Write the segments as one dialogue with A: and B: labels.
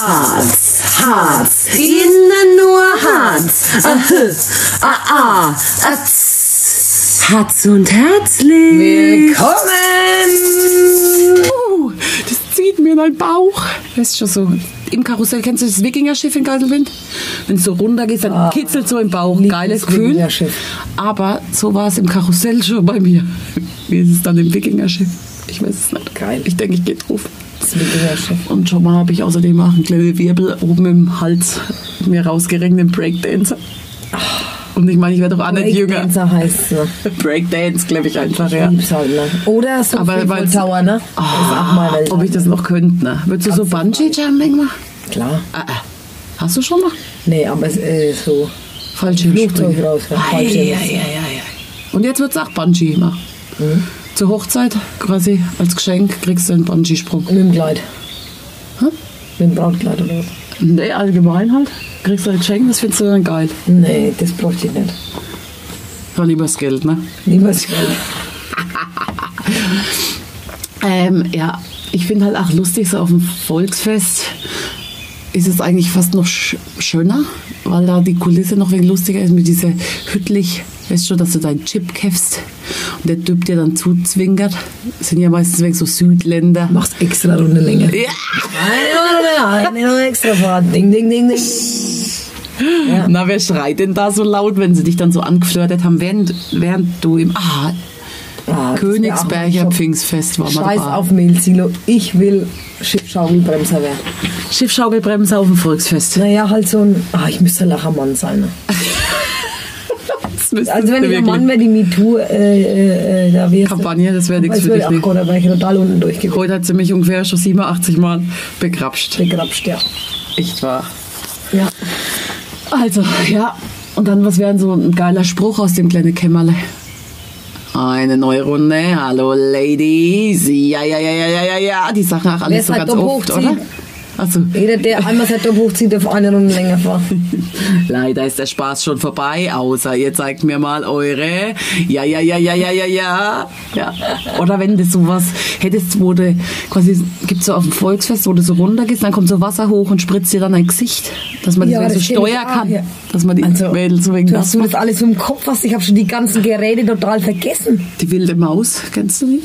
A: Harz, Harz, innen nur Harz. Ah, hö, ah, ah, ah, tss. Harz und herzlich.
B: Willkommen!
C: Uh, das zieht mir in den Bauch. Das ist schon so. Im Karussell kennst du das Wikingerschiff in Geiselwind? Wenn du so runter gehst, dann kitzelt so im Bauch. Geiles Gefühl.
B: Ah, Wikingerschiff.
C: Aber so war es im Karussell schon bei mir. Wie ist es dann im Wikingerschiff? Ich weiß es nicht.
B: Geil.
C: Ich denke, ich gehe drauf.
B: Das Wikingerschiff.
C: Und schon mal habe ich außerdem auch einen kleinen Wirbel oben im Hals mir rausgerengt, den Breakdancer. Und ich meine, ich werde doch auch nicht jünger.
B: Ah. Breakdancer heißt so.
C: Breakdance, glaube ich einfach, ja.
B: Lieb's halt, ne? Oder so
C: Aber weil-
B: Tower, ne? Das ist auch mal
C: Ah,
B: Welt.
C: ob ich das noch könnte, ne? Würdest du so Bungee-Jumping machen?
B: Klar.
C: Ah, ah. Hast du schon mal?
B: Nee, aber es äh, so.
C: Fallschirmspringen.
B: Flugzeug raus, ne? ja,
C: Ei,
B: Fallschirm.
C: ei, ei, ei, ei. Und jetzt wird es auch Bungee machen.
B: Mhm.
C: Zur Hochzeit quasi als Geschenk kriegst du einen Bungee-Sprung.
B: Mit dem Kleid.
C: Hä?
B: Mit dem Brautkleid oder was?
C: Nee, allgemein halt. Kriegst du ein Geschenk, das findest du dann geil.
B: Nee, das bräuchte ich nicht.
C: Dann lieber das Geld, ne?
B: Niemals.
C: Ähm, ja, ich finde halt auch lustig, so auf dem Volksfest ist es eigentlich fast noch sch schöner, weil da die Kulisse noch wegen lustiger ist mit dieser hüttlich, weißt schon, dass du deinen Chip käfst und der Typ dir dann zuzwinkert. Das sind ja meistens wegen so Südländer.
B: Mach's extra Runde länger.
C: Ja,
B: Eine Runde mehr, eine Runde extra fahren. Ding, ding, ding, Ah, ding.
C: Na, wer schreit denn da so laut, wenn sie dich dann so angeflirtet haben, während, während du im ah,
B: Ah, das wär auch
C: Königsberger
B: mal
C: Pfingstfest war man
B: Scheiß
C: da.
B: auf Mehlsilo. Ich will Schiffschaukelbremser werden.
C: Schiffschaukelbremse auf dem Volksfest.
B: Naja, halt so ein. Ah, ich müsste halt auch ein Mann sein. Ne?
C: Das müsstest
B: Also, wenn
C: du
B: ich ein
C: wirklich-
B: Mann wäre, die MeToo, äh, äh, äh, da wäre.
C: Kampagne, das wäre nichts für dich, ne?
B: Ach
C: nee.
B: Gott, da wäre ich total unten durchgekommen.
C: Heute hat sie mich ungefähr schon 87 Mal begrapscht.
B: Gegrapscht, ja.
C: Echt wahr.
B: Ja.
C: Also, ja. Und dann, was wäre denn so ein geiler Spruch aus dem kleinen Kämmerle? Eine neue Runde. Hallo, Ladies. Ja, ja, ja, ja, ja, ja, ja. Die Sachen auch alles so
B: Wer es halt
C: ganz
B: doch
C: oft,
B: hochzieht.
C: oder? Also,
B: Jeder, der einmal sein Top hochzieht, darf eine Runde länger fahren.
C: leider ist der Spaß schon vorbei, außer ihr zeigt mir mal eure. Ja, ja, ja, ja, ja, ja, ja. ja. Oder wenn du sowas hättest, wo du quasi, gibt's so auf dem Volksfest, wo du so runtergehst, dann kommt so Wasser hoch und spritzt dir dann ein Gesicht, dass man
B: Ja,
C: das,
B: das
C: das
B: kenn
C: so
B: ich
C: steuern
B: auch,
C: kann.
B: ja.
C: Dass man die Mädels so
B: Also,
C: wegen
B: du hast
C: das
B: du das alles so im Kopf hast. Ich habe schon die ganzen Geräte total vergessen.
C: Die wilde Maus, kennst du die?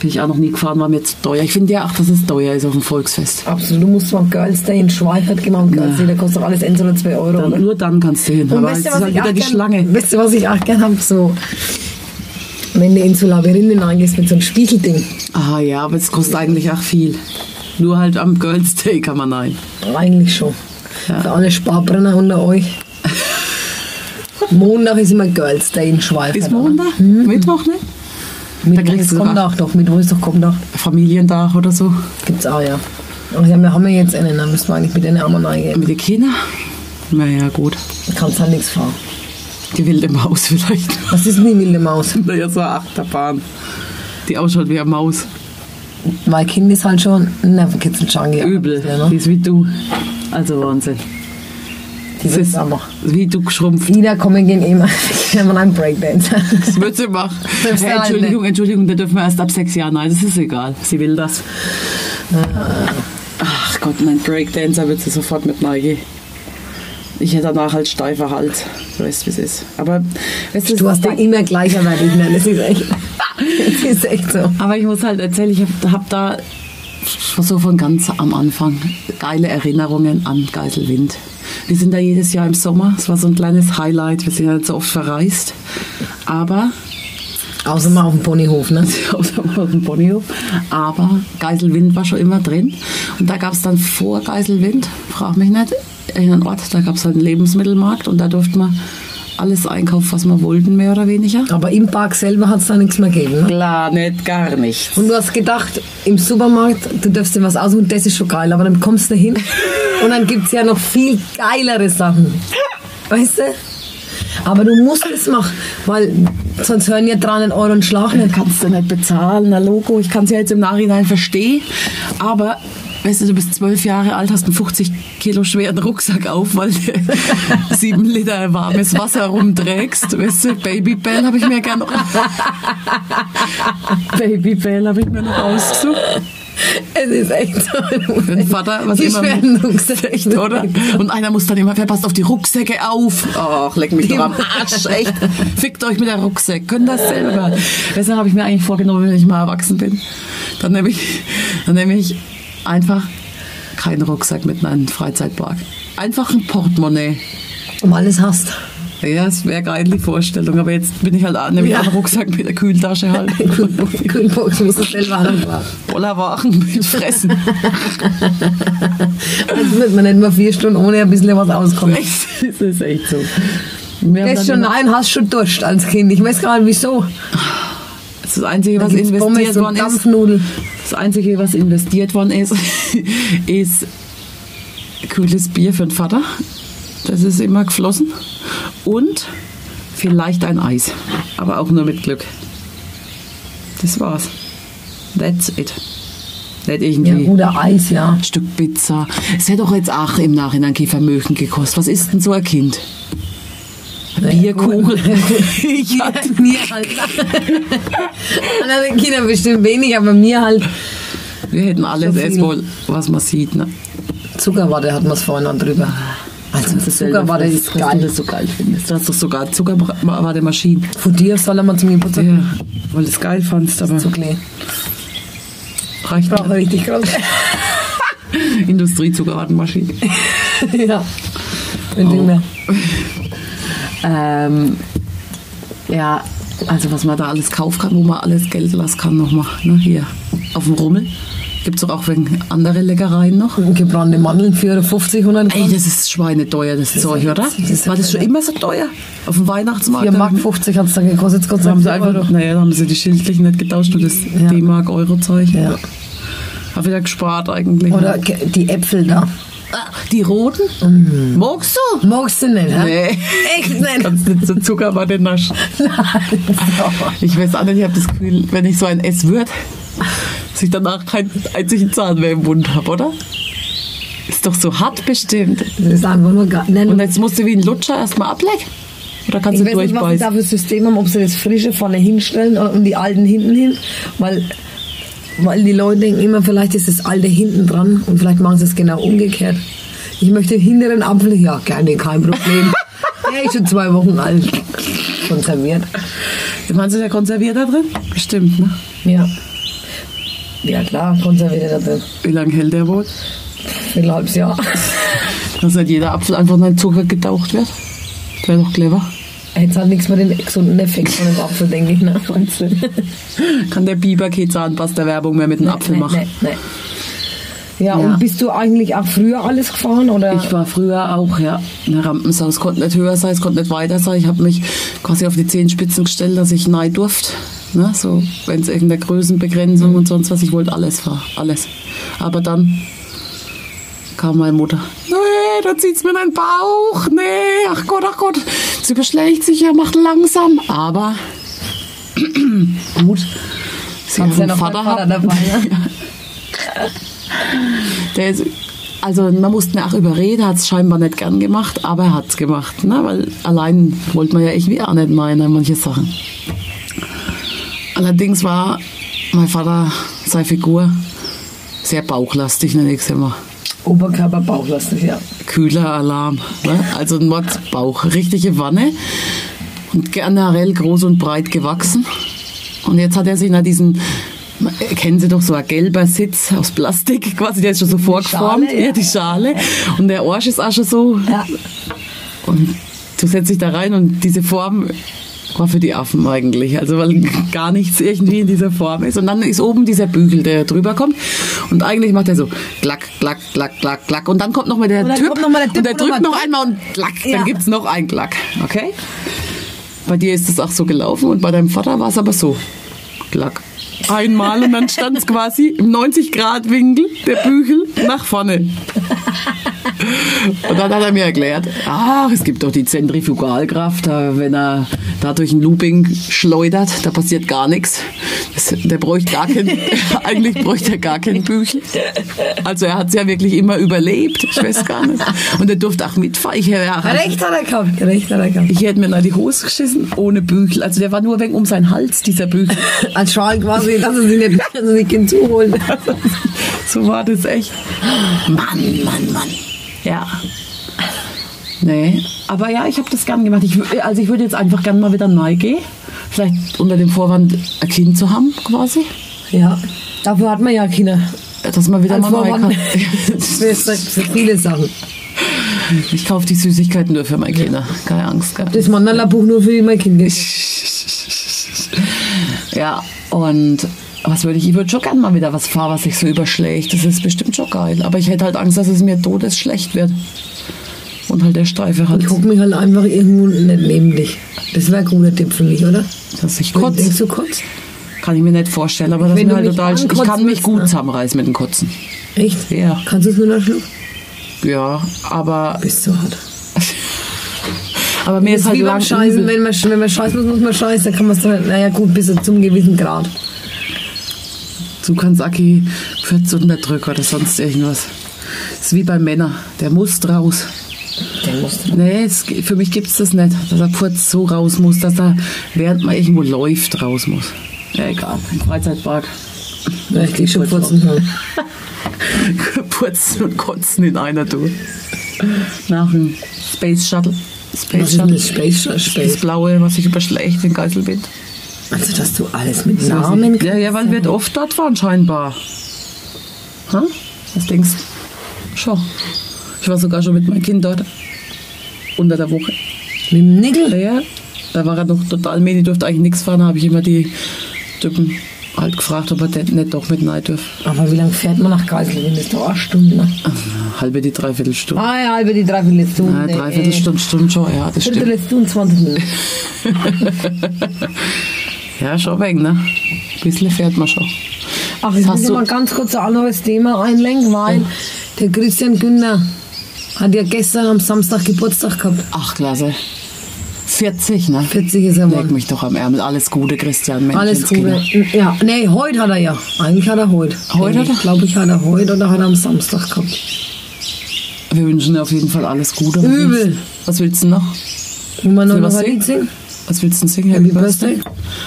C: Bin ich auch noch nie gefahren, war mir zu teuer. Ich finde ja auch, dass es teuer ist auf dem Volksfest.
B: Absolut, du musst mal Girls Day in Schweifert gemacht. Girls Day, da kostet doch alles 1 oder 2 Euro.
C: Dann,
B: oder?
C: nur dann kannst du hin.
B: Und
C: Aber
B: weißt
C: es ist
B: du, was
C: halt
B: ich
C: wieder
B: auch
C: die
B: gern-
C: Schlange.
B: Weißt du, was ich auch gern habe? So, wenn du in so Labyrinthen reingehst mit so einem Spiegelding.
C: Ah ja, aber es kostet eigentlich auch viel. Nur halt am Girls Day kann man rein.
B: Eigentlich schon.
C: Ja.
B: Für alle Sparbrenner unter euch. Montag ist immer Girls Day in Schweifert.
C: Ist
B: oder?
C: Montag? Mittwoch, ne?
B: Mittwoch
C: kriegst
B: ist
C: du
B: Kommentag doch. Mittwoch ist doch Kommentag.
C: Familientag oder so.
B: Gibt's auch, ja. Ach ja, wir haben ja jetzt einen, da müssen wir eigentlich mit den Armen reingehen.
C: Mit den Kindern? Naja, gut.
B: Da kannst halt nichts fahren.
C: Die wilde Maus vielleicht.
B: Was ist denn die wilde Maus?
C: Naja, so eine Achterbahn. Die ausschaut wie eine Maus.
B: Mein Kind ist halt schon ein Nervenkitzel-Junkie.
C: Übel.
B: Ja,
C: Die
B: ne?
C: ist wie du. Also Wahnsinn.
B: Die
C: Das
B: ist
C: ist
B: auch noch.
C: wie du geschrumpft.
B: Ida, komm, wir gehen eh mal wenn man einen Breakdancer.
C: Das wird sie machen.
B: Das
C: Hey,
B: ist
C: Entschuldigung, Entschuldigung, da dürfen wir erst ab sechs Jahren. Nein, das ist egal. Sie will das. Äh, Ach Gott, mein Breakdancer wird sie sofort mit Nike. Ich hätte danach halt steifer Hals. Du weißt, wie es ist. Aber weißt
B: Du hast den immer gleicher bei Redner, ne? das ist echt. Das ist echt so.
C: Aber ich muss halt erzählen, ich habe hab da so von ganz am Anfang geile Erinnerungen an Geiselwind. Wir sind da jedes Jahr im Sommer. Es war so ein kleines Highlight. Wir sind halt so oft verreist. Aber
B: Außer mal auf dem Ponyhof, ne?
C: außer mal auf dem Ponyhof. Aber Geiselwind war schon immer drin. Und da gab es dann vor Geiselwind, frag mich nicht, einen Ort, da gab es halt einen Lebensmittelmarkt und da durfte man alles einkaufen, was wir wollten, mehr oder weniger.
B: Aber im Park selber hat es da nichts mehr gegeben, ne?
C: Klar, nicht gar nichts.
B: Und du hast gedacht, im Supermarkt, du darfst dir was aussuchen, das ist schon geil, aber dann kommst du hin und dann gibt es ja noch viel geilere Sachen. Weißt du? Aber du musst es machen, weil sonst hören ja 300 Euro und Schlag nicht.
C: kannst du nicht bezahlen, na Logo, ich kann es ja jetzt im Nachhinein verstehen, aber weißt du, du bist zwölf Jahre alt, hast einen 50 Kilo schweren Rucksack auf, weil du sieben Liter warmes Wasser rumträgst, weißt du, Babybell habe ich mir gern Babybell habe ich mir noch ausgesucht.
B: Es ist echt so.
C: Wenn Vater was
B: Die
C: immer
B: schweren Rucksäcke.
C: oder? Und einer muss dann immer, wer passt auf die Rucksäcke auf? Ach, leck mich doch am Arsch, echt. Fickt euch mit der Rucksäck, könnt das selber. Deshalb habe ich mir eigentlich vorgenommen, wenn ich mal erwachsen bin, dann nehme ich, dann nehme ich einfach keinen Rucksack mit in einen Freizeitpark. Einfach ein Portemonnaie.
B: Um alles hast.
C: Ja, das wäre geil, die Vorstellung. Aber jetzt bin ich halt, nehme ich
B: Ja.
C: einen Rucksack mit der Kühltasche halt.
B: Kühlbox muss es selber haben.
C: Voller Waren mit Fressen.
B: Also wird man nicht mal vier Stunden ohne ein bisschen was auskommen.
C: Echt, das ist echt so. Wir haben dann
B: Gehst schon
C: immer-
B: nein, hast schon Durst als Kind. Ich weiß gar nicht wieso.
C: Das ist das Einzige,
B: Da
C: was
B: gibt's
C: investiert
B: Pommes und
C: worden ist.
B: Dampfnudeln.
C: Das Einzige, was investiert worden ist, ist kühles Bier für den Vater. Das ist immer geflossen. Und vielleicht ein Eis. Aber auch nur mit Glück. Das war's. That's it. Nicht
B: Ja,
C: irgendwie.
B: oder Eis, ja.
C: ein Stück Pizza. Es hätte doch jetzt auch im Nachhinein kein Vermögen gekostet. Was ist denn so ein Kind? Bierkuchen. ich hatte
B: Mir halt. Anderen Kindern bestimmt wenig, aber mir halt.
C: Wir hätten alles
B: So viel.
C: essen wollen, was man sieht. Ne?
B: Zuckerwatte hat man es vorhin noch drüber. Also Zuckerwatte ist
C: dass du
B: geil.
C: das so geil findest. Du hast doch sogar Zuckerwattemaschinen.
B: Von dir soll man zum Geburtstag
C: Ja, weil du es geil fandst, aber
B: zu klein.
C: reicht
B: Braucht
C: nicht.
B: man richtig groß.
C: Industriezuckerwattenmaschine.
B: ja. Wenn Ding mehr.
C: Oh. Ähm, ja, also was man da alles kaufen kann, wo man alles Geld lassen kann nochmal. Ne? Hier, auf dem Rummel. Gibt es doch auch wegen andere Leckereien noch.
B: Gebrannte Mandeln für 50, 100
C: Ey,
B: Gramm.
C: das ist schweineteuer, das Zeug, oder?
B: das ist-
C: War das schon immer so teuer? Auf dem Weihnachtsmarkt?
B: 4 Mark 50 hat es dann gekostet. Jetzt Gott sei
C: Da haben sie
B: Dank
C: einfach doch, naja, da haben sie die Schildlichen nicht getauscht und das
B: Ja.
C: D-Mark, Euro-Zeug.
B: Ja.
C: Hab wieder gespart eigentlich. ne?
B: Oder ge- die Äpfel da.
C: Ah, die roten? Mhm. Magst du?
B: Magst du nicht, hä?
C: Nee.
B: Echt nicht?
C: Kannst nicht so Zuckerwatte naschen.
B: Nein.
C: Ich weiß auch nicht, ich habe das Gefühl, wenn ich so ein S würde, dass ich danach keinen einzigen Zahn mehr im Mund habe, oder? Ist doch so hart bestimmt.
B: Das ist einfach nur gar Nein,
C: Und jetzt musst du wie ein Lutscher erstmal ablecken. Oder kannst
B: Also Ich
C: du
B: weiß nicht, was sie da
C: Also durchbeißen?
B: für ein System haben, ob sie das Frische vorne hinstellen und die Alten hinten hin, weil, weil die Leute denken immer, vielleicht ist das Alte hinten dran und vielleicht machen sie es genau umgekehrt. Ich möchte den hinteren Apfel, ja, gerne, kein Problem. Der ist schon zwei Wochen alt. Konserviert.
C: Meinst du, der konserviert da drin? Bestimmt, ne?
B: Ja. Ja, klar, konserviert da drin.
C: Wie lange hält der wohl?
B: Für ein halbes Jahr.
C: Dass nicht jeder Apfel einfach in den Zucker getaucht wird. Wäre doch clever.
B: Jetzt hat nichts mit dem gesunden Effekt von dem Apfel, denke ich. Ne? Meinst du?
C: Kann der Biber keine Zahnpasta-Werbung mehr mit dem Apfel
B: Nee,
C: machen.
B: nee, nee. Ja,
C: Ja.
B: und bist du eigentlich auch früher alles gefahren? Oder?
C: Ich war früher auch, ja, eine Rampensau. Es konnte nicht höher sein, es konnte nicht weiter sein. Ich habe mich quasi auf die Zehenspitzen gestellt, dass ich nein durfte. Ne? So, wenn es irgendeine Größenbegrenzung und sonst was, ich wollte alles fahren, alles. Aber dann kam meine Mutter. Nee, da zieht's mir den Bauch. Nee, ach Gott, ach Gott. Es überschlägt sich ja, macht langsam. Aber gut. Sie
B: Hat's
C: hat einen
B: ja noch
C: Vater,
B: meinen Vater
C: gehabt.
B: dabei,
C: Der ist, also man musste ihn auch überreden, hat es scheinbar nicht gern gemacht, aber er hat es gemacht. Ne? Weil allein wollte man ja irgendwie auch nicht meinen, manche Sachen. Allerdings war mein Vater, seine Figur, sehr bauchlastig, nenne ich es immer.
B: Oberkörper, Bauchlastig, ja.
C: Kühleralarm, ne? also ein Mordsbauch, richtige Wanne und generell groß und breit gewachsen. Und jetzt hat er sich nach diesen, kennen Sie doch so ein gelber Sitz aus Plastik, quasi der ist schon so vorgeformt,
B: Schale, ja.
C: ja. die Schale und der Arsch ist auch schon so.
B: Ja.
C: Und du setzt dich da rein und diese Form war für die Affen eigentlich, also weil gar nichts irgendwie in dieser Form ist. Und dann ist oben dieser Bügel, der drüber kommt und eigentlich macht er so klack, klack, klack, klack, klack und dann kommt noch mal der
B: Und dann
C: Typ
B: kommt noch mal der Typ
C: und der
B: und noch
C: drückt
B: mal-
C: noch einmal und klack,
B: Ja.
C: dann gibt's noch einen Klack, okay? Bei dir ist es auch so gelaufen und bei deinem Vater war es aber so, klack. Einmal und dann stand es quasi im 90-Grad-Winkel, der Bügel, nach vorne. Und dann hat er mir erklärt, ach, es gibt doch die äh, Zentrifugalkraft, da, wenn er da durch ein Looping schleudert, da passiert gar nichts. Es- Der bräuchte gar kein, eigentlich bräuchte er gar kein Büchel. Also er hat es ja wirklich immer überlebt. Ich weiß gar nicht. Und er durfte auch mitfahren. Ich, ja,
B: Recht hat er gehabt, recht hat er gehabt.
C: ich hätte mir noch die Hose geschissen ohne Büchel. Also der war nur wegen um seinen Hals, dieser Büchel.
B: Als Schal quasi, dass er sie nicht, dass er sich nicht zuholen.
C: So war das echt. Mann, Mann, Mann. Ja. Nee, aber ja, ich habe das gern gemacht. Ich, wü- also ich würde jetzt einfach gern mal wieder neu gehen. Vielleicht unter dem Vorwand, ein Kind zu haben, quasi.
B: Ja, dafür hat man ja Kinder.
C: Dass man wieder
B: Als
C: mal neu kann.
B: Vorwand. Das sagt so viele Sachen.
C: Ich kaufe die Süßigkeiten nur für meine Kinder. Keine Angst. Gell?
B: Das Mandala-Buch nur für mein Kind. ist.
C: Ja, und was würde ich? Ich würde schon gern mal wieder was fahren, was sich so überschlägt. Das ist bestimmt schon geil. Aber ich hätte halt Angst, dass es mir todesschlecht wird. Und halt der steife Hals.
B: Ich hock mich halt einfach irgendwo nicht neben dich. Das wäre ein guter Tipp für mich, oder?
C: Dass ich
B: Denkst
C: kotze.
B: du kurz?
C: Kann ich mir nicht vorstellen, aber das
B: Wenn
C: ist
B: du
C: mir
B: mich
C: halt total. Ich
B: ankotzen
C: kann mich
B: willst,
C: gut
B: ne?
C: zusammenreißen mit dem Kotzen.
B: Echt?
C: Ja.
B: Kannst du es nur noch schlucken?
C: Ja, aber,
B: Bist so hart.
C: aber mir
B: Das
C: ist
B: ist
C: halt
B: wie beim
C: langsam
B: Scheißen.
C: übel.
B: Wenn man, sch- wenn man scheißen muss, muss man scheißen. Dann kann man es doch nicht. Naja, gut, bis zu einem gewissen Grad.
C: Du kannst Aki für Zunderdrücker oder sonst irgendwas. ist wie bei Männern. Der muss raus.
B: Der muss
C: Nee, es, g- für mich gibt es das nicht, dass er kurz so raus muss, dass er, während man irgendwo läuft, raus muss. Ja, egal, im Freizeitpark.
B: Ja, ich krieg schon kurz einen
C: Purzen und Kotzen in einer Tour. Nach dem Space Shuttle.
B: Was
C: Space
B: ist denn
C: Shuttle.
B: das Space
C: Das
B: Space?
C: blaue, was ich überschlägt, den Geiselbild.
B: Also, dass du alles mit Namen
C: Ja, ja, weil wird oft dort waren, scheinbar. Ha? Was denkst du? Schon. Ich war sogar schon mit meinem Kind dort. Unter der Woche.
B: ne? Mit dem Nickel?
C: Ja, da war er noch total medi, durfte eigentlich nichts fahren. Da habe ich immer die Typen halt gefragt, ob er denn nicht doch mit rein dürfen.
B: Aber wie lange fährt man nach Geiselwind? Das ist doch eine Stunde. Ne?
C: Ah, Halbe die Dreiviertelstunde.
B: Ah ja, halbe die Dreiviertelstunde. Äh,
C: Ja, Dreiviertelstunde, Stunde schon, ja, das stimmt.
B: Viertelstunde, 20 Minuten.
C: Ja, schon weg, ne? Ein bisschen fährt man schon.
B: Ach, ich
C: Hast
B: muss
C: du-
B: mal ganz kurz ein anderes Thema einlenken, weil der Christian Günther hat ja gestern am Samstag Geburtstag gehabt.
C: Ach, klasse. 40, ne?
B: 40 ist er
C: Leg
B: mal.
C: mich doch am Ärmel. Alles Gute, Christian. Mensch,
B: Alles
C: ins
B: Gute.
C: Kino.
B: Ja, nee, heute hat er ja. Eigentlich hat er heute.
C: Heute hat er-
B: Glaube ich, hat er heute oder hat er am Samstag gehabt.
C: Wir wünschen dir auf jeden Fall alles Gute. Was
B: Übel.
C: willst- Was willst du noch?
B: Wollen wir noch
C: Soll was
B: was
C: singen?
B: singen?
C: Was willst du denn singen?
B: Happy Birthday.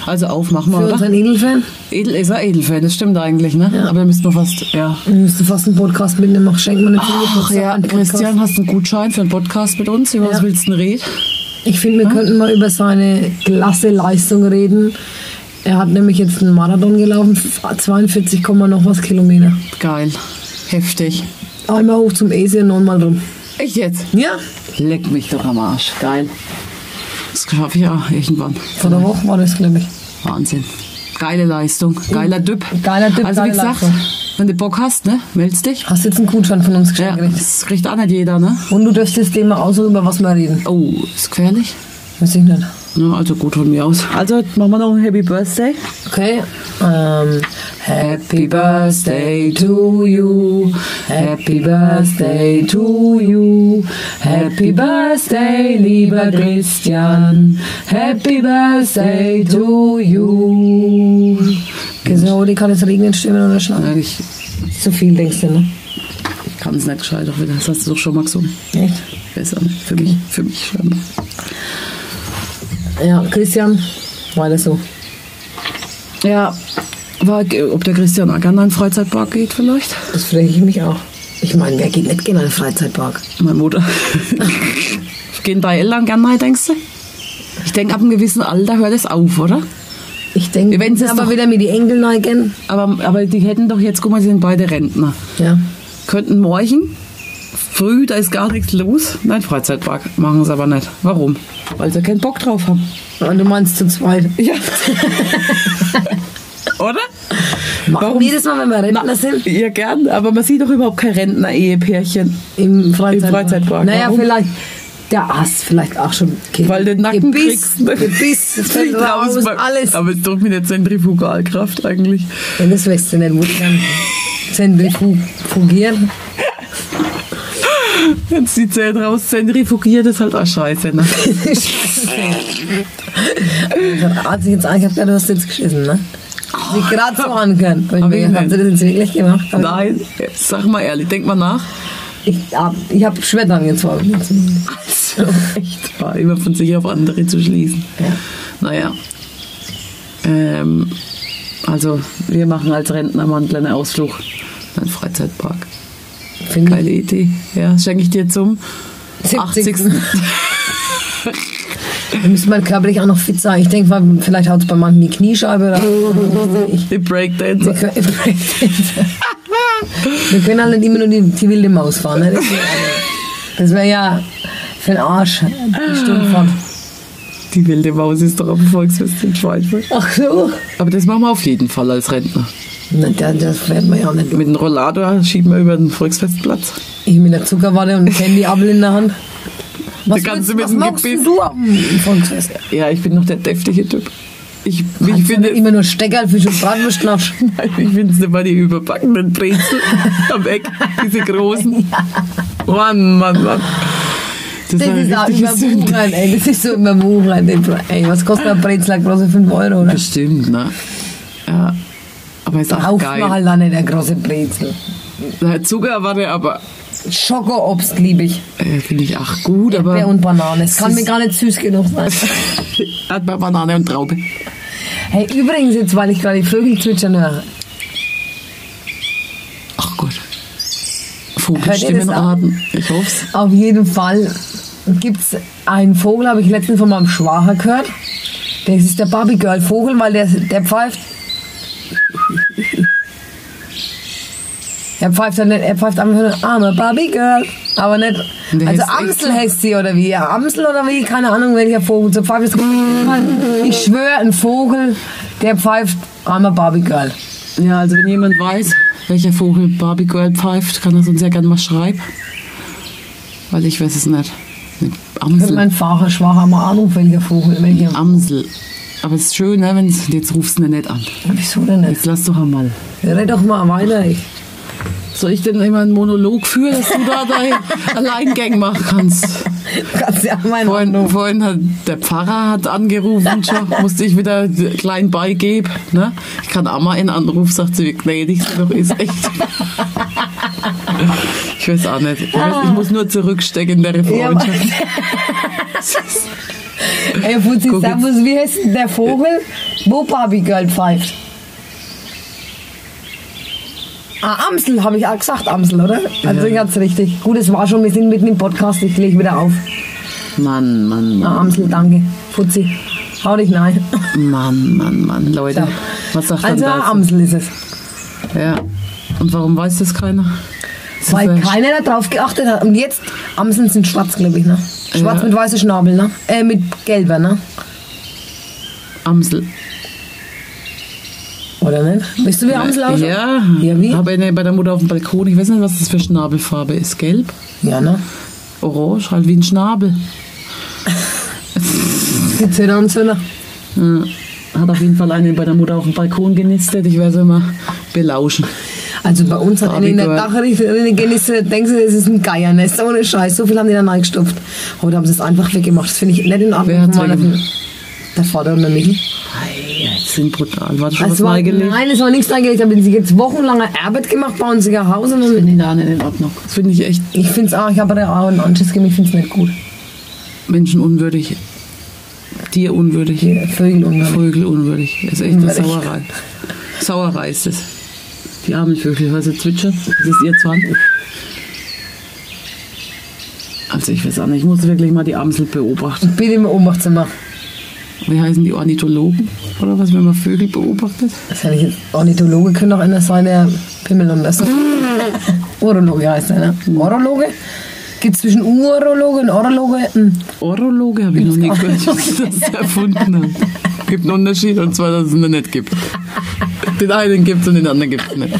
C: Also aufmachen wir,
B: Für
C: oder?
B: unseren Edelfan?
C: Edel ist er Edelfan, das stimmt eigentlich, ne? Aber da müssen wir fast, ja.
B: Wir müssen fast einen Podcast mitnehmen, mach schenken wir nicht viel
C: Ach
B: Geburtstag
C: ja,
B: einen Podcast.
C: Christian, hast du einen Gutschein für einen Podcast mit uns? Über was
B: Ja.
C: willst du denn reden?
B: Ich finde,
C: Hm?
B: wir könnten mal über seine klasse Leistung reden. Er hat nämlich jetzt einen Marathon gelaufen, 42, Komma noch was Kilometer.
C: Geil. Heftig.
B: Einmal hoch zum Esel und nochmal rum.
C: Echt jetzt?
B: Ja,
C: Leck mich doch am Arsch. Geil. Das schaffe ich auch irgendwann.
B: vor der Woche war das, glaube ich.
C: Wahnsinn. Geile Leistung. Geiler Typ.
B: Geiler Typ,
C: Also wie
B: geile
C: gesagt,
B: Leistung.
C: wenn du Bock hast, ne? Meldest dich.
B: Hast jetzt einen Gutschein von uns
C: Ja,
B: geschenkt gekriegt.
C: das kriegt auch nicht jeder, ne?
B: Und du darfst das Thema aussuchen, über was wir reden.
C: Oh, ist gefährlich.
B: Weiß ich nicht.
C: Ja, also gut von mir aus. Also machen wir noch ein Happy Birthday.
B: Okay. Ähm,
C: Happy Birthday to you. Happy Birthday to you. Happy Birthday, lieber Christian. Happy Birthday to you.
B: Genau, die kann jetzt regnen, stürmen oder schneien.
C: Nein, ich
B: Zu viel denkst du, ne?
C: kann es nicht gescheit auch wieder. Das hast du doch schon mal gesungen.
B: Echt?
C: Besser, ne? Für mich, für mich scheinbar.
B: Ja, Christian, war das so.
C: Ja, war, ob der Christian auch gerne in einen Freizeitpark geht vielleicht?
B: Das frage ich mich auch. Ich meine, wer geht nicht gerne in einen Freizeitpark?
C: Meine Mutter. Gehen bei Eltern gern mal, denkst du? Ich denke, ab einem gewissen Alter hört es auf, oder?
B: Ich denke,
C: Wir werden es
B: aber
C: doch-
B: wieder mit die Enkel neigen.
C: Aber, aber die hätten doch jetzt, guck mal, sie sind beide Rentner.
B: Ja.
C: Könnten morgen, früh, da ist gar nichts los. Nein, Freizeitpark machen sie aber nicht. Warum? Weil sie keinen Bock drauf haben.
B: Und du meinst zu zweit.
C: Ja. Oder?
B: Warum?
C: Warum?
B: Jedes Mal, wenn wir Rentner sind,
C: ja, gern, aber man sieht doch überhaupt kein Rentner-Ehepärchen.
B: im Freizeitpark.
C: Freizeitpark,
B: Naja,
C: warum?
B: vielleicht. Der Ast vielleicht auch schon. Ge-
C: Weil du den Nacken
B: Gebiss,
C: kriegst, ne?
B: Gebiss, das fällt
C: Sieht
B: raus,
C: raus, weil-
B: alles.
C: Aber es tut mir nicht Zentrifugalkraft eigentlich.
B: Ja, das weißt du nicht, wo die dann zentrifugieren.
C: Wenn es die Zähne halt raus zentrifugiert, ist halt auch scheiße. Ne?
B: Hat sich jetzt angehört, du hast jetzt geschissen, ne?
C: Oh,
B: sie gerade so an können. Und
C: Hab ich
B: ich mir, habt ihr das jetzt wirklich gemacht? Hab ich-
C: Nein, sag mal ehrlich, denk mal nach.
B: Ich, hab- ich habe Schwertern jetzt vor.
C: Also, echt wahr, immer von sich auf andere zu schließen.
B: Ja.
C: Naja. Ähm, also, wir machen als Rentner mal einen kleinen Ausflug in einen Freizeitpark.
B: Finde
C: Geile Idee. Ja, schenke ich dir zum
B: 70..
C: 80.
B: ich. Wir müssen mal körperlich auch noch fit sein. Ich denke mal, vielleicht haut es bei manchen die Kniescheibe oder. Ich,
C: Die
B: wir,
C: Breakdancer.
B: können, wir können halt nicht immer nur die, die wilde Maus fahren. Ne? Das geht auch nicht. Das wäre ja für den Arsch. Die Stundenfahrt.
C: Die wilde Maus ist doch am Volksfest in Schweinfurt.
B: Ach so.
C: Aber das machen wir auf jeden Fall als Rentner.
B: Na, da- das fährt man ja auch nicht.
C: Mit dem Rollator schieben wir über den Volksfestplatz.
B: Ich mit der Zuckerwatte und Candy-Apfel in der Hand. Was, willst,
C: ganze mit
B: was
C: dem
B: machst
C: Gebiss.
B: denn du am Volksfest?
C: Ja, ich bin noch der deftige Typ. Ich, ich finde,
B: immer nur Steckerlfisch und Bratwurstnasch.
C: Nein, ich finde es nicht mal die überbackenen Brezel am Eck, diese großen. Mann, Mann, Mann. Das,
B: Das
C: war
B: ist
C: eine
B: auch
C: richtige
B: immer
C: Sünde.
B: Buchlein, ey. Das ist so immer Buchlein. den Pre- Ey, was kostet ein Brezel? Eine große 5 Euro, oder?
C: Bestimmt, ne? Ja. Aber ist auch
B: Kauft
C: geil.
B: man halt dann nicht eine große Brezel.
C: Na, Zuckerwatte, aber
B: Schokoobst liebe ich.
C: äh, finde ich auch gut.
B: Bär
C: Aber
B: und Banane. Es kann
C: Süß.
B: mir gar nicht süß genug sein.
C: hat bei Banane und Traube.
B: Hey, übrigens jetzt, weil ich gerade die Vögel zwitschern höre.
C: Ach Gott.
B: Hört ihr
C: Vogelstimmenarten. Ich hoff's.
B: Auf jeden Fall gibt's einen Vogel, habe ich letztens von meinem Schwager gehört. Das ist der Barbie Girl Vogel, weil der, der pfeift. Er pfeift dann nicht, er pfeift einfach nur, arme Barbie Girl. Aber nicht,
C: Und der
B: also
C: heißt
B: Amsel heißt sie oder wie, ja, Amsel oder wie, keine Ahnung welcher Vogel. So pfeift es. Ich schwöre, ein Vogel, der pfeift, arme Barbie Girl.
C: Ja, also wenn jemand weiß, welcher Vogel Barbie Girl pfeift, kann er es uns ja gerne mal schreiben. Weil ich weiß es nicht. Eine
B: Könnte
C: Amsel.
B: mein Fahrer, Schwager mal anrufen, welcher Vogel, welcher.
C: Amsel. Aber es ist schön, ne, wenn jetzt rufst du ihn nicht an.
B: Wieso denn nicht?
C: Jetzt lass doch einmal.
B: Red doch mal weiter, ich.
C: Soll ich denn immer einen Monolog führen, dass du da dein Alleingang machen kannst?
B: Kannst ja meinen
C: Vorhin, vorhin hat der Pfarrer hat angerufen, schon musste ich wieder klein beigeben. Ne? Ich kann auch mal einen Anruf, sagt sie, wie gnädig sie doch ist. Echt. Ich weiß auch nicht. Ich, weiß, ich muss nur zurückstecken in der
B: Ja, aber-
C: Freundschaft.
B: Ey, Fuzzi,
C: Guck jetzt.
B: Servus, wie heißt denn der Vogel, wo Barbie Girl pfeift? Ah, Amsel, habe ich auch gesagt, Amsel, oder? Also
C: Ja.
B: ganz richtig. Gut, es war schon, wir sind mitten im Podcast, ich lege wieder auf.
C: Mann, Mann, Mann,
B: Ah, Amsel, danke. Fuzzi, hau dich nein.
C: Mann, Mann, Mann. Leute,
B: So.
C: was sagt
B: Also
C: dann das?
B: Amsel ist es.
C: Ja. Und warum weiß das keiner? Das ist
B: Weil
C: ein-
B: keiner da drauf geachtet hat. Und jetzt, Amseln sind schwarz, glaube ich, ne? Schwarz
C: Ja.
B: mit weißem Schnabel, ne? Äh, mit gelber, ne?
C: Amsel.
B: Oder nicht? Bist du wie Amsel auch?
C: Ja,
B: Ja, wie?
C: habe eine bei der Mutter auf dem Balkon. Ich weiß nicht, was das für Schnabelfarbe ist. Gelb?
B: Ja, ne?
C: Orange, halt wie ein Schnabel.
B: Die Zöder und Zöder.
C: Ja, Äh, hat auf jeden Fall eine bei der Mutter auf dem Balkon genistet. Ich werde sie mal belauschen.
B: Also bei uns hat eine in der
C: Barbie
B: Dachrinne genistet, denkst du, das ist ein Geiernest, ohne Scheiß. So viel haben die da reingestopft. Heute haben sie es einfach weggemacht. Das finde ich nicht in Ordnung.
C: Wer hat's
B: Von meiner-
C: weggemacht?
B: Der Vater und der Michi.
C: Ei, Das sind brutal. War das
B: Also
C: schon was
B: es war,
C: neigelegt?
B: nein, es war nichts reingelegt. Da haben sie jetzt wochenlange Arbeit gemacht bei uns in der Hause. Und dann-
C: Nee, da nicht in Ordnung. Das finde ich echt
B: ich finde es auch, ich habe da auch einen Anschiss gegeben, ich finde es nicht gut.
C: menschenunwürdig. Dir unwürdig.
B: Die Vögel und
C: Vögel unwürdig. Das ist echt eine
B: Unwürdig.
C: Sauerei. Sauerei ist es. Die armen Vögel, hörst du zwitschern? Das ist ihr Zwang. Also ich weiß auch nicht, ich muss wirklich mal die Amsel beobachten.
B: Bitte um, im Ohnmachtszimmer.
C: Wie heißen die Ornithologen? Oder was, wenn man Vögel beobachtet?
B: Das hätte ich jetzt. Ornithologe können doch einer sein, der Pimmel und das. Urologe heißt der, ne? Urologe? Gibt zwischen Urologe und Orologe? Hm.
C: Orologe habe ich noch nie gehört, dass sie das erfunden haben. Es gibt einen Unterschied, und zwar, dass es ihn nicht gibt. Den einen gibt es und den anderen gibt es nicht.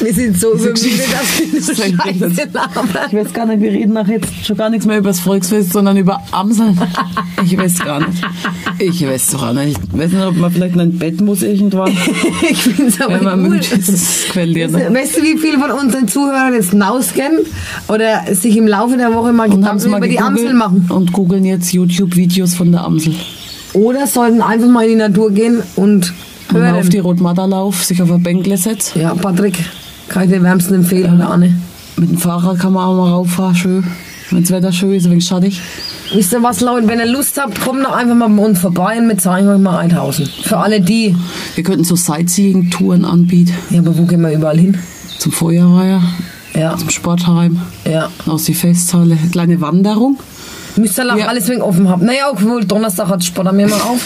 B: Wir sind so übermüdet,
C: Geschichte-
B: dass wir
C: Schlecht
B: nur Scheiße
C: geredet.
B: labern.
C: Ich weiß gar nicht, wir reden nach jetzt schon gar nichts mehr über das Volksfest, sondern über Amsel. Ich weiß gar nicht. Ich weiß doch auch nicht. Ich weiß nicht, ob man vielleicht in ein Bett muss irgendwann,
B: Ich find's aber
C: wenn man
B: cool.
C: müde ist. Das quält dir, ne?
B: Weißt du, wie viele von unseren Zuhörern jetzt hinausgehen oder sich im Laufe der Woche mal
C: haben's
B: Gedanken über die
C: gegoogelt
B: Amsel machen?
C: Und googeln jetzt YouTube-Videos von der Amsel.
B: Oder sollten einfach mal in die Natur gehen und
C: Man
B: hören.
C: auf die Rotmarderlauf, sich auf ein Bänkle setzt.
B: Ja, Patrick, kann ich dir wärmsten empfehlen, oder Anne?
C: Mit dem Fahrrad kann man auch mal rauffahren, schön. Wenn das Wetter schön ist, ein wenig schattig.
B: Wisst ihr was, Leute, wenn ihr Lust habt, kommt doch einfach mal bei uns vorbei und wir zeigen euch mal Eidhausen. Für alle die.
C: Wir könnten so Sightseeing-Touren anbieten.
B: Ja, aber wo gehen wir überall hin?
C: Zum Feuerweiher,
B: Ja,
C: zum Sportheim,
B: ja.
C: aus die Festhalle. Kleine Wanderung.
B: Müsst ihr lang
C: Ja.
B: alles wegen offen haben. Naja, obwohl Donnerstag hat Sport, haben wir mal auf.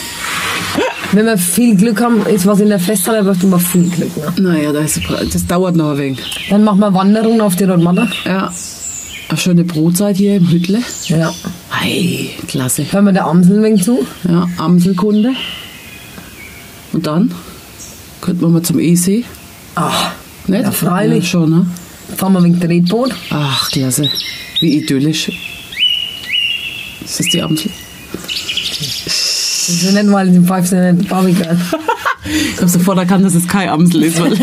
B: Wenn wir viel Glück haben, ist was in der Festhalle, braucht immer viel Glück. Ne?
C: Naja, das, das dauert noch ein wenig.
B: Dann machen wir Wanderungen auf die Rotmatter.
C: Ja. Eine schöne Brotzeit hier im Hüttle.
B: Ja.
C: Hey, klasse.
B: Hören wir der Amsel ein wenig zu?
C: Ja, Amselkunde. Und dann könnten wir mal zum Easy.
B: Ach,
C: Nicht?
B: Ja, freilich.
C: Ja, schon, ne?
B: Ah, fahren wir ein wenig Tretboot.
C: Ach, klasse. Wie idyllisch. Ist das die Amsel?
B: Das ist nicht mal den Five Cent Barbie Girl.
C: Ich habe sofort erkannt, dass es keine Amsel ist. Weil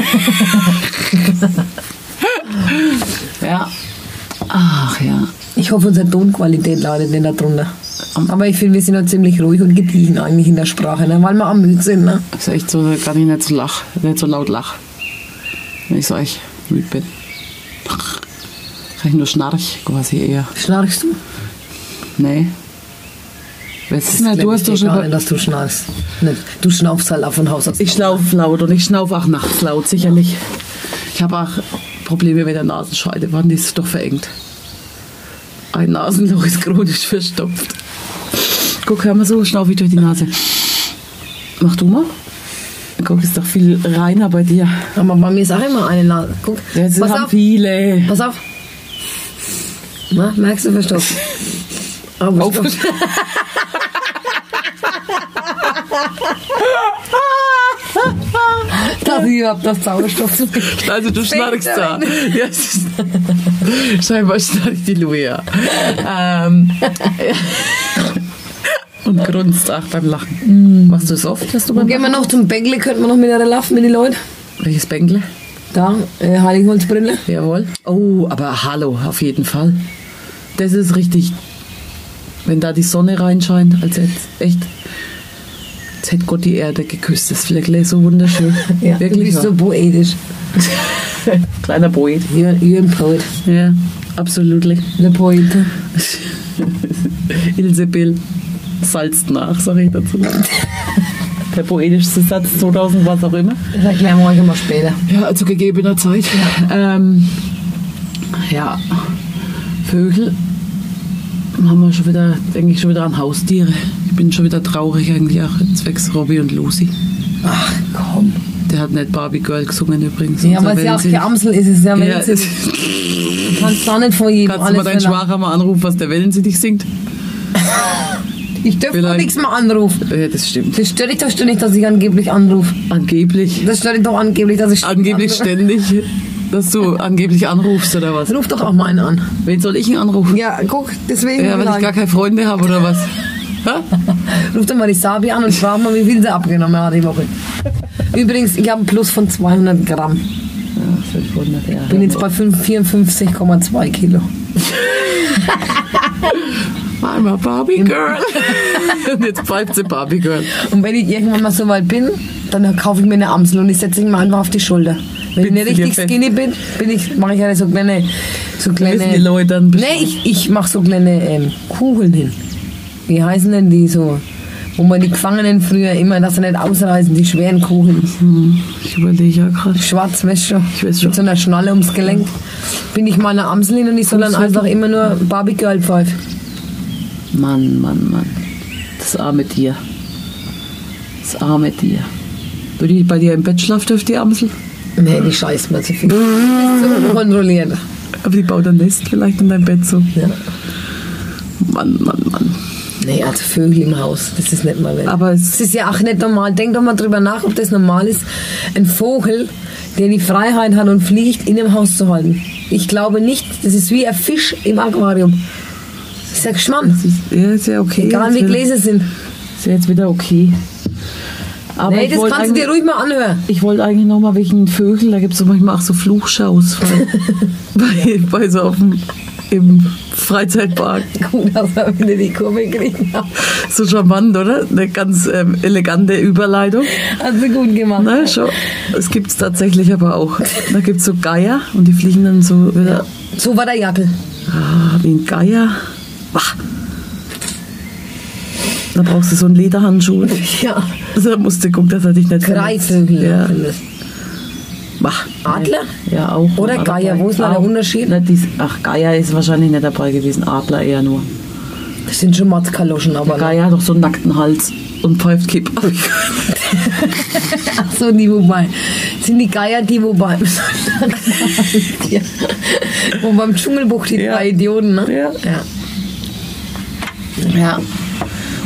C: ja. Ach ja.
B: Ich hoffe, unsere Tonqualität leidet nicht darunter. Aber ich finde, wir sind noch ziemlich ruhig und gediegen eigentlich in der Sprache, ne? weil wir am Müll sind. Ne?
C: Das ist echt so, da kann ich nicht so lach, nicht so laut lach. Wenn ich so echt müde bin. Kann ich nur schnarch quasi eher.
B: Schnarchst du?
C: Nee. Weißt du,
B: Glaub
C: du
B: ich
C: hast
B: dir
C: doch schon
B: gar nicht, dass du schnarchst. Nicht. Du schnaufst halt auch von Haus aus.
C: Ich schnaufe laut und ich schnaufe auch nachts laut, sicherlich. Ich habe auch Probleme mit der Nasenscheide, wann die ist doch verengt. Ein Nasenloch ist chronisch verstopft. Guck, hör mal so, schnaufe ich durch die Nase. Mach du mal. Guck, ist doch viel reiner bei dir.
B: Aber bei mir ist auch immer eine Nase. Guck,
C: Das
B: pass
C: haben
B: auf,
C: viele.
B: pass auf. Na, merkst du, verstopft. Aber
C: Auf-
B: verstopft. Dass ich überhaupt das Zauberstoff zu
C: Also du
B: Fängt
C: schnarchst da.
B: an.
C: Ja, es ist- scheinbar schnarcht die Luia. Ähm, und grunzt auch beim Lachen. Machst du es oft? Hast du beim
B: Gehen wir noch zum Bänkle, könnten wir noch mit der Laffen mit den Leuten.
C: Welches Bänkle?
B: Da, äh, Heiligenholzbrille.
C: Jawohl. Oh, aber hallo, auf jeden Fall. Das ist richtig. Wenn da die Sonne reinscheint, als hätte echt. Als hätte Gott die Erde geküsst. Das Fleckle ist so wunderschön.
B: du
C: Wirklich.
B: bist so
C: wahr.
B: poetisch.
C: Kleiner Poet.
B: You're, you're a poet.
C: Ja, absolut.
B: Le Poete.
C: Ilsebill salzt nach, sage ich dazu. Der poetischste Satz 2000, was auch immer.
B: Das erklären wir euch immer später.
C: Ja, zu gegebener Zeit. Ja, ähm, ja. Vögel haben wir schon wieder, denke ich schon wieder an Haustiere. Ich bin schon wieder traurig eigentlich auch zwecks Robbie und Lucy.
B: Ach komm.
C: Der hat nicht Barbie Girl gesungen übrigens.
B: Ja,
C: Und
B: aber
C: so
B: es ist ja auch
C: Wahnsinn.
B: die Amsel, ist es ja, wenn
C: Ja,
B: sie- Du kannst da nicht von jedem
C: Kannst du mal deinen
B: verlangen.
C: Schwager mal anrufen, was der Wellensittich singt?
B: Ich dürfte
C: Vielleicht-
B: nichts mehr anrufen.
C: Ja, das stimmt.
B: Das stört dich doch ständig, dass ich angeblich anrufe.
C: Angeblich.
B: Das stört dich doch angeblich, dass ich
C: Angeblich ständig, dass du angeblich anrufst oder was?
B: Also Ruf doch auch mal einen an.
C: Wen soll ich denn anrufen?
B: Ja, guck, deswegen.
C: Ja, weil ich gar keine Freunde habe oder was? Ha?
B: Ruf doch mal die Sabi an und frag mal, wie viel sie abgenommen hat die Woche. Übrigens, ich habe einen Plus von 200 Gramm.
C: Ja, 500, ja.
B: Bin jetzt bei 5 54,2 Kilo.
C: I'm a Barbie Girl. Und jetzt bleibt sie Barbie Girl.
B: Und wenn ich irgendwann mal so weit bin, dann kaufe ich mir eine Amsel und ich setze ich mir einfach auf die Schulter. Wenn
C: Bin
B: ich nicht
C: sie
B: richtig
C: dir fest?
B: skinny bin, bin ich, mache ich eine so kleine, so
C: Wissen die
B: kleine.
C: Leute dann
B: Nee, ich, ich mache so kleine ähm, Kugeln hin. Wie heißen denn die so? Wo man die Gefangenen früher immer, dass sie nicht ausreißen, die schweren Kugeln.
C: Hm, Ich überlege ja gerade.
B: Schwarz, weißt du
C: Ich weiß schon.
B: Mit so einer Schnalle ums Gelenk. Bin ich mal eine Amsel hin und ich soll dann einfach immer nur Barbie Girl pfeifen.
C: Mann, Mann, Mann. Das arme Tier. Das arme Tier. Würde ich bei dir im Bett schlafen dürfen, die Amsel?
B: Nee, die scheißt mir zu viel.
C: Mhm.
B: so unkontrolliert.
C: Aber die baut ein Nest vielleicht in deinem Bett so.
B: Ja.
C: Mann, Mann, Mann.
B: Nee, also Vögel im Haus, das ist nicht mal wert.
C: Aber es-
B: es ist ja auch nicht normal. Denk doch mal drüber nach, ob das normal ist, einen Vogel, der die Freiheit hat und fliegt, in dem Haus zu halten. Ich glaube nicht, das ist wie ein Fisch im Aquarium. Das ist ja Geschmack.
C: Das ist, ja, ist ja okay.
B: Egal wie
C: Jetzt
B: Gläser sind.
C: wieder- Ist ja jetzt wieder okay. Aber
B: nee,
C: ich
B: das
C: wollte
B: kannst du
C: eigentlich-
B: dir ruhig mal anhören.
C: Ich wollte eigentlich noch mal wegen Vögel, da gibt es manchmal auch so Fluchschaus bei, bei so auf dem, im
D: Freizeitpark.
B: Gut, dass wir wieder die Kurve gekriegt haben.
D: So charmant, oder? Eine ganz ähm, elegante Überleitung.
B: Hast du gut gemacht.
D: Ne, schon. Es gibt es tatsächlich aber auch. Da gibt es so Geier und die fliegen dann so wieder
B: So war der Jackel.
D: ah, wie ein Geier. Wah. Da brauchst du so einen Lederhandschuh.
B: Ja.
D: Also da musst du gucken, dass er dich nicht verletzt.
B: Greifvögel.
D: Ja.
B: findest.
D: Wah.
B: Adler?
D: Ja, auch.
B: Oder
D: Aber
B: Geier, wo ist da der
D: auch
B: Unterschied?
D: nicht dies- ach, Geier ist wahrscheinlich nicht dabei gewesen, Adler eher nur.
B: Das sind schon Matzkaloschen, aber.
D: Geier hat doch so einen nackten Hals und pfeift Kipp.
B: Ach so, die wobei. Sind die Geier, die wobei. ja. Wo beim Dschungelbuch die
D: Ja.
B: drei Idioten, ne?
D: Ja.
B: ja.
D: Ja.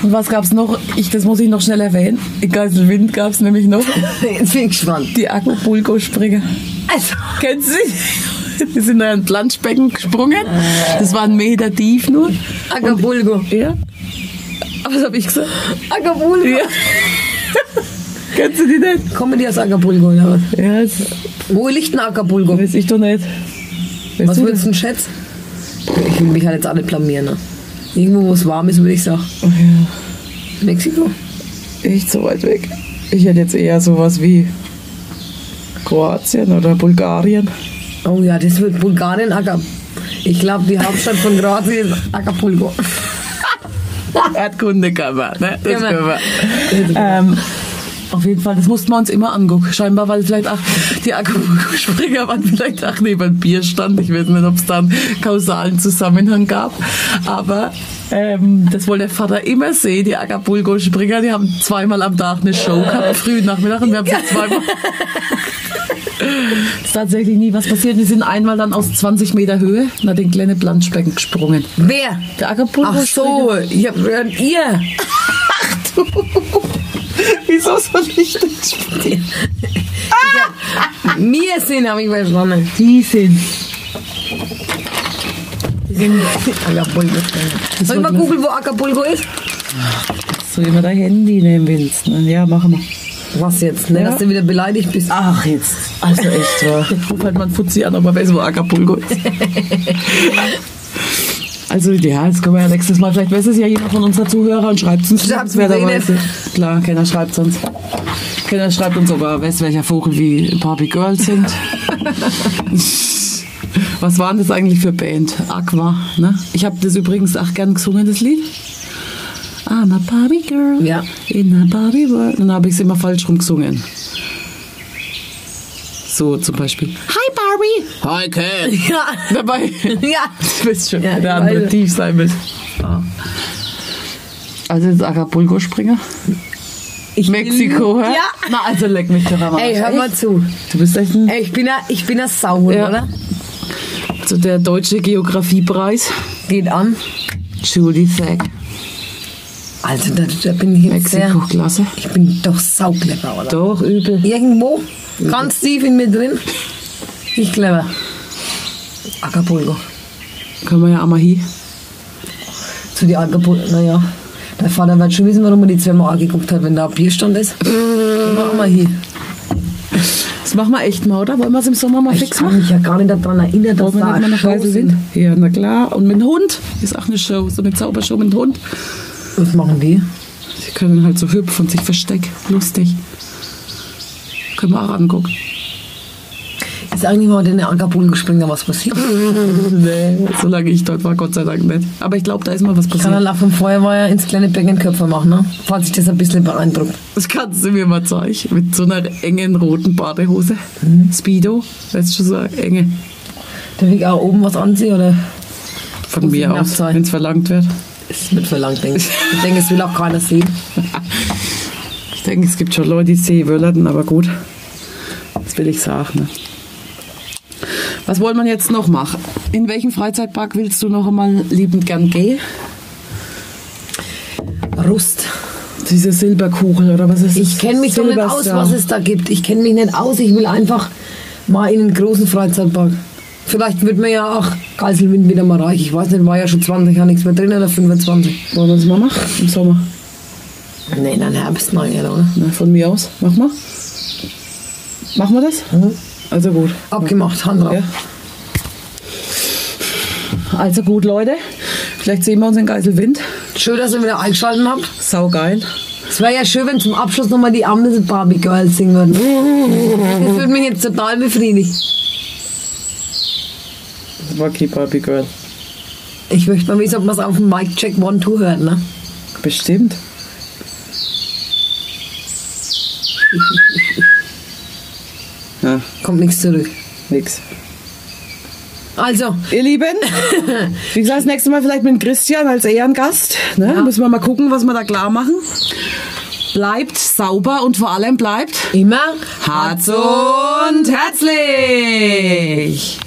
C: Und was gab's noch? Ich, das muss ich noch schnell erwähnen. In Geiselwind gab's nämlich noch
B: Jetzt bin ich gespannt.
C: die Acapulco-Springer.
B: Also,
C: Kennst du die? Die sind da ins Planschbecken gesprungen. Das war ein Meter tief nur.
B: Acapulco.
C: Ja. Was habe ich gesagt?
B: Acapulco.
C: Ja. Kennst du die nicht?
B: Kommen die aus Acapulco, oder was?
C: Ja, das
B: Wo liegt denn Acapulco?
C: weiß ich doch nicht. Weißt
B: Was
C: du
B: würdest du denn schätzen? Ich will mich halt jetzt auch nicht blamieren, ne? Irgendwo, wo es warm ist, würde ich sagen.
C: das? Oh ja.
B: Mexiko?
C: Echt so weit weg. Ich hätte jetzt eher sowas wie Kroatien oder Bulgarien.
B: Oh ja, das wird Bulgarien Acap. Ich glaube, die Hauptstadt von Kroatien ist Acapulco.
C: Erdkundekammer, ne? Das
B: Genau.
C: können wir. Ähm, auf jeden Fall, das mussten wir uns immer angucken. Scheinbar, weil vielleicht auch die Acapulco-Springer waren vielleicht auch neben einem Bierstand. Ich weiß nicht, ob es da einen kausalen Zusammenhang gab. Aber ähm, das wollte der Vater immer sehen, die Acapulco-Springer. Die haben zweimal am Tag eine Show gehabt, früh und Nachmittag. Und wir haben sie zweimal... ist tatsächlich nie was passiert. Die sind einmal dann aus 20 Meter Höhe nach den kleinen Planschbecken gesprungen.
B: Wer?
C: Der Acapulco-Springer.
B: Ach so, ich hab gehört, ihr.
C: Wieso soll ich das
B: Mir sind, habe ich verstanden.
C: Die sind.
B: Acapulco. Soll ich mal googeln, wo Acapulco ist?
C: So immer dein Handy nehmen willst. Ne? Ja, machen wir.
B: Was jetzt? Ne, dass du wieder beleidigt bist.
C: Ach, jetzt. Also echt wahr. Ruf halt mal einen Fuzzi an, ob er weiß, wo Acapulco ist. Also ja, das können wir ja nächstes Mal. Vielleicht weiß es ja jeder von unserer Zuhörer und schreibt es uns.
B: Schreibt's uns
C: liebenswerterweise.
B: rein.
C: Klar, keiner schreibt uns. Keiner schreibt uns, ob er weiß, welcher Vogel wie Barbie Girls sind. Was waren das eigentlich für Band? Aqua, ne? Ich habe das übrigens auch gern gesungen, das Lied. I'm a Barbie Girl
B: Ja.
C: in a Barbie World. Dann habe ich es immer falsch rumgesungen. So zum Beispiel. Hi Barbie! Hi Cat!
B: Ja.
C: Dabei.
B: Ja.
C: Du bist schon,
B: Ja, Ah.
C: wenn der
B: ich
C: andere
B: weiß.
C: tief sein will. Also jetzt Acapulco-Springer. Mexiko, hä?
B: Ja.
C: Na, also leck mich doch am Arsch.
B: Ey, hör mal zu.
C: Du bist echt ein,
B: Ey, ich bin ja, ich bin ja Sauhund,
C: Ja.
B: oder?
C: so der deutsche Geografiepreis.
B: Geht an.
C: Julie Thack.
B: Also, da, da bin ich jetzt
C: Mexiko,
B: sehr...
C: klasse.
B: Ich bin doch sauclever, oder?
C: Doch, übel.
B: Irgendwo, ganz tief in mir drin. Ich clever. Acapulco.
C: Können wir ja auch mal hin.
B: Zu die Acapulco, naja. Dein Vater wird schon wissen, warum er die zweimal angeguckt hat, wenn da ein Bierstand ist. Dann
C: Mm.
B: Machen wir hier.
C: Das machen wir echt mal, oder? Wollen wir es im Sommer mal
B: Ich
C: fix machen?
B: kann mich ja gar nicht daran erinnern, dass da
C: Wollen wir nicht mal
B: eine
C: nach
B: Show
C: Reise
B: sind.
C: sind? Ja, na klar. Und mit dem Hund ist auch eine Show. So eine Zaubershow mit dem Hund.
B: Was machen die?
C: Die können halt so hüpfen und sich verstecken. Lustig. Können wir auch angucken.
B: Ist eigentlich mal in der Acapulco gesprungen, da was passiert?
C: Mm. nee, solange ich dort war, Gott sei Dank nicht. Aber ich glaube, da ist mal was
B: Kann er
C: passiert.
B: nach vom Feuerwehr ins kleine Becken Köpfe machen, ne? Falls ich das ein bisschen beeindruckt.
C: Das kannst du mir mal zeigen. Mit so einer engen roten Badehose. Mhm. Speedo. Das ist schon so eine enge.
B: Darf ich auch oben was anziehen, oder?
C: Von
B: Muss ich
C: mir
B: knapp
C: aus,
B: sein.
C: wenn es verlangt wird.
B: Ist mit verlangt, denke ich. Ich denke, es will auch keiner sehen.
C: Ich denke, es gibt schon Leute, die sehen wollen, aber gut. Das will ich sagen. Ne? Was wollen wir jetzt noch machen? In welchen Freizeitpark willst du noch einmal liebend gern gehen?
B: Rust.
C: Diese Silberkugel oder was ist
B: Ich
C: das?
B: kenne mich doch nicht aus,
C: Silberstar.
B: was es da gibt. Ich kenne mich nicht aus. Ich will einfach mal in einen großen Freizeitpark. Vielleicht wird mir ja auch Geiselwind wieder mal reich. Ich weiß nicht, war ja schon 20 Jahre nichts mehr drin oder 25.
C: Wollen wir das mal machen? Im Sommer.
B: Nee, dann Herbst mal ja, oder?
C: Na, von mir aus. Mach mal. Machen wir das?
B: Hm?
C: Also gut.
B: Abgemacht, Hand drauf.
C: Ja. Also gut, Leute. Vielleicht sehen wir uns in Geiselwind.
B: Schön, dass ihr wieder eingeschaltet habt.
C: Saugeil.
B: Es wäre ja schön, wenn zum Abschluss nochmal die Amnesty Barbie Girls singen würden. Das würde mich jetzt total befriedigen.
C: Rocky Barbie Girl.
B: Ich möchte mal wissen, ob man es auf dem Mic Check One Two hört, ne?
C: Bestimmt. Ja,
B: Kommt nichts zurück.
C: Ah, nix.
B: Also,
C: Ihr Lieben, wie gesagt, das nächste Mal vielleicht mit Christian als Ehrengast. Ne? Müssen wir mal gucken, was wir da klar machen. Bleibt sauber und vor allem bleibt
B: immer
C: Herz und herzlich.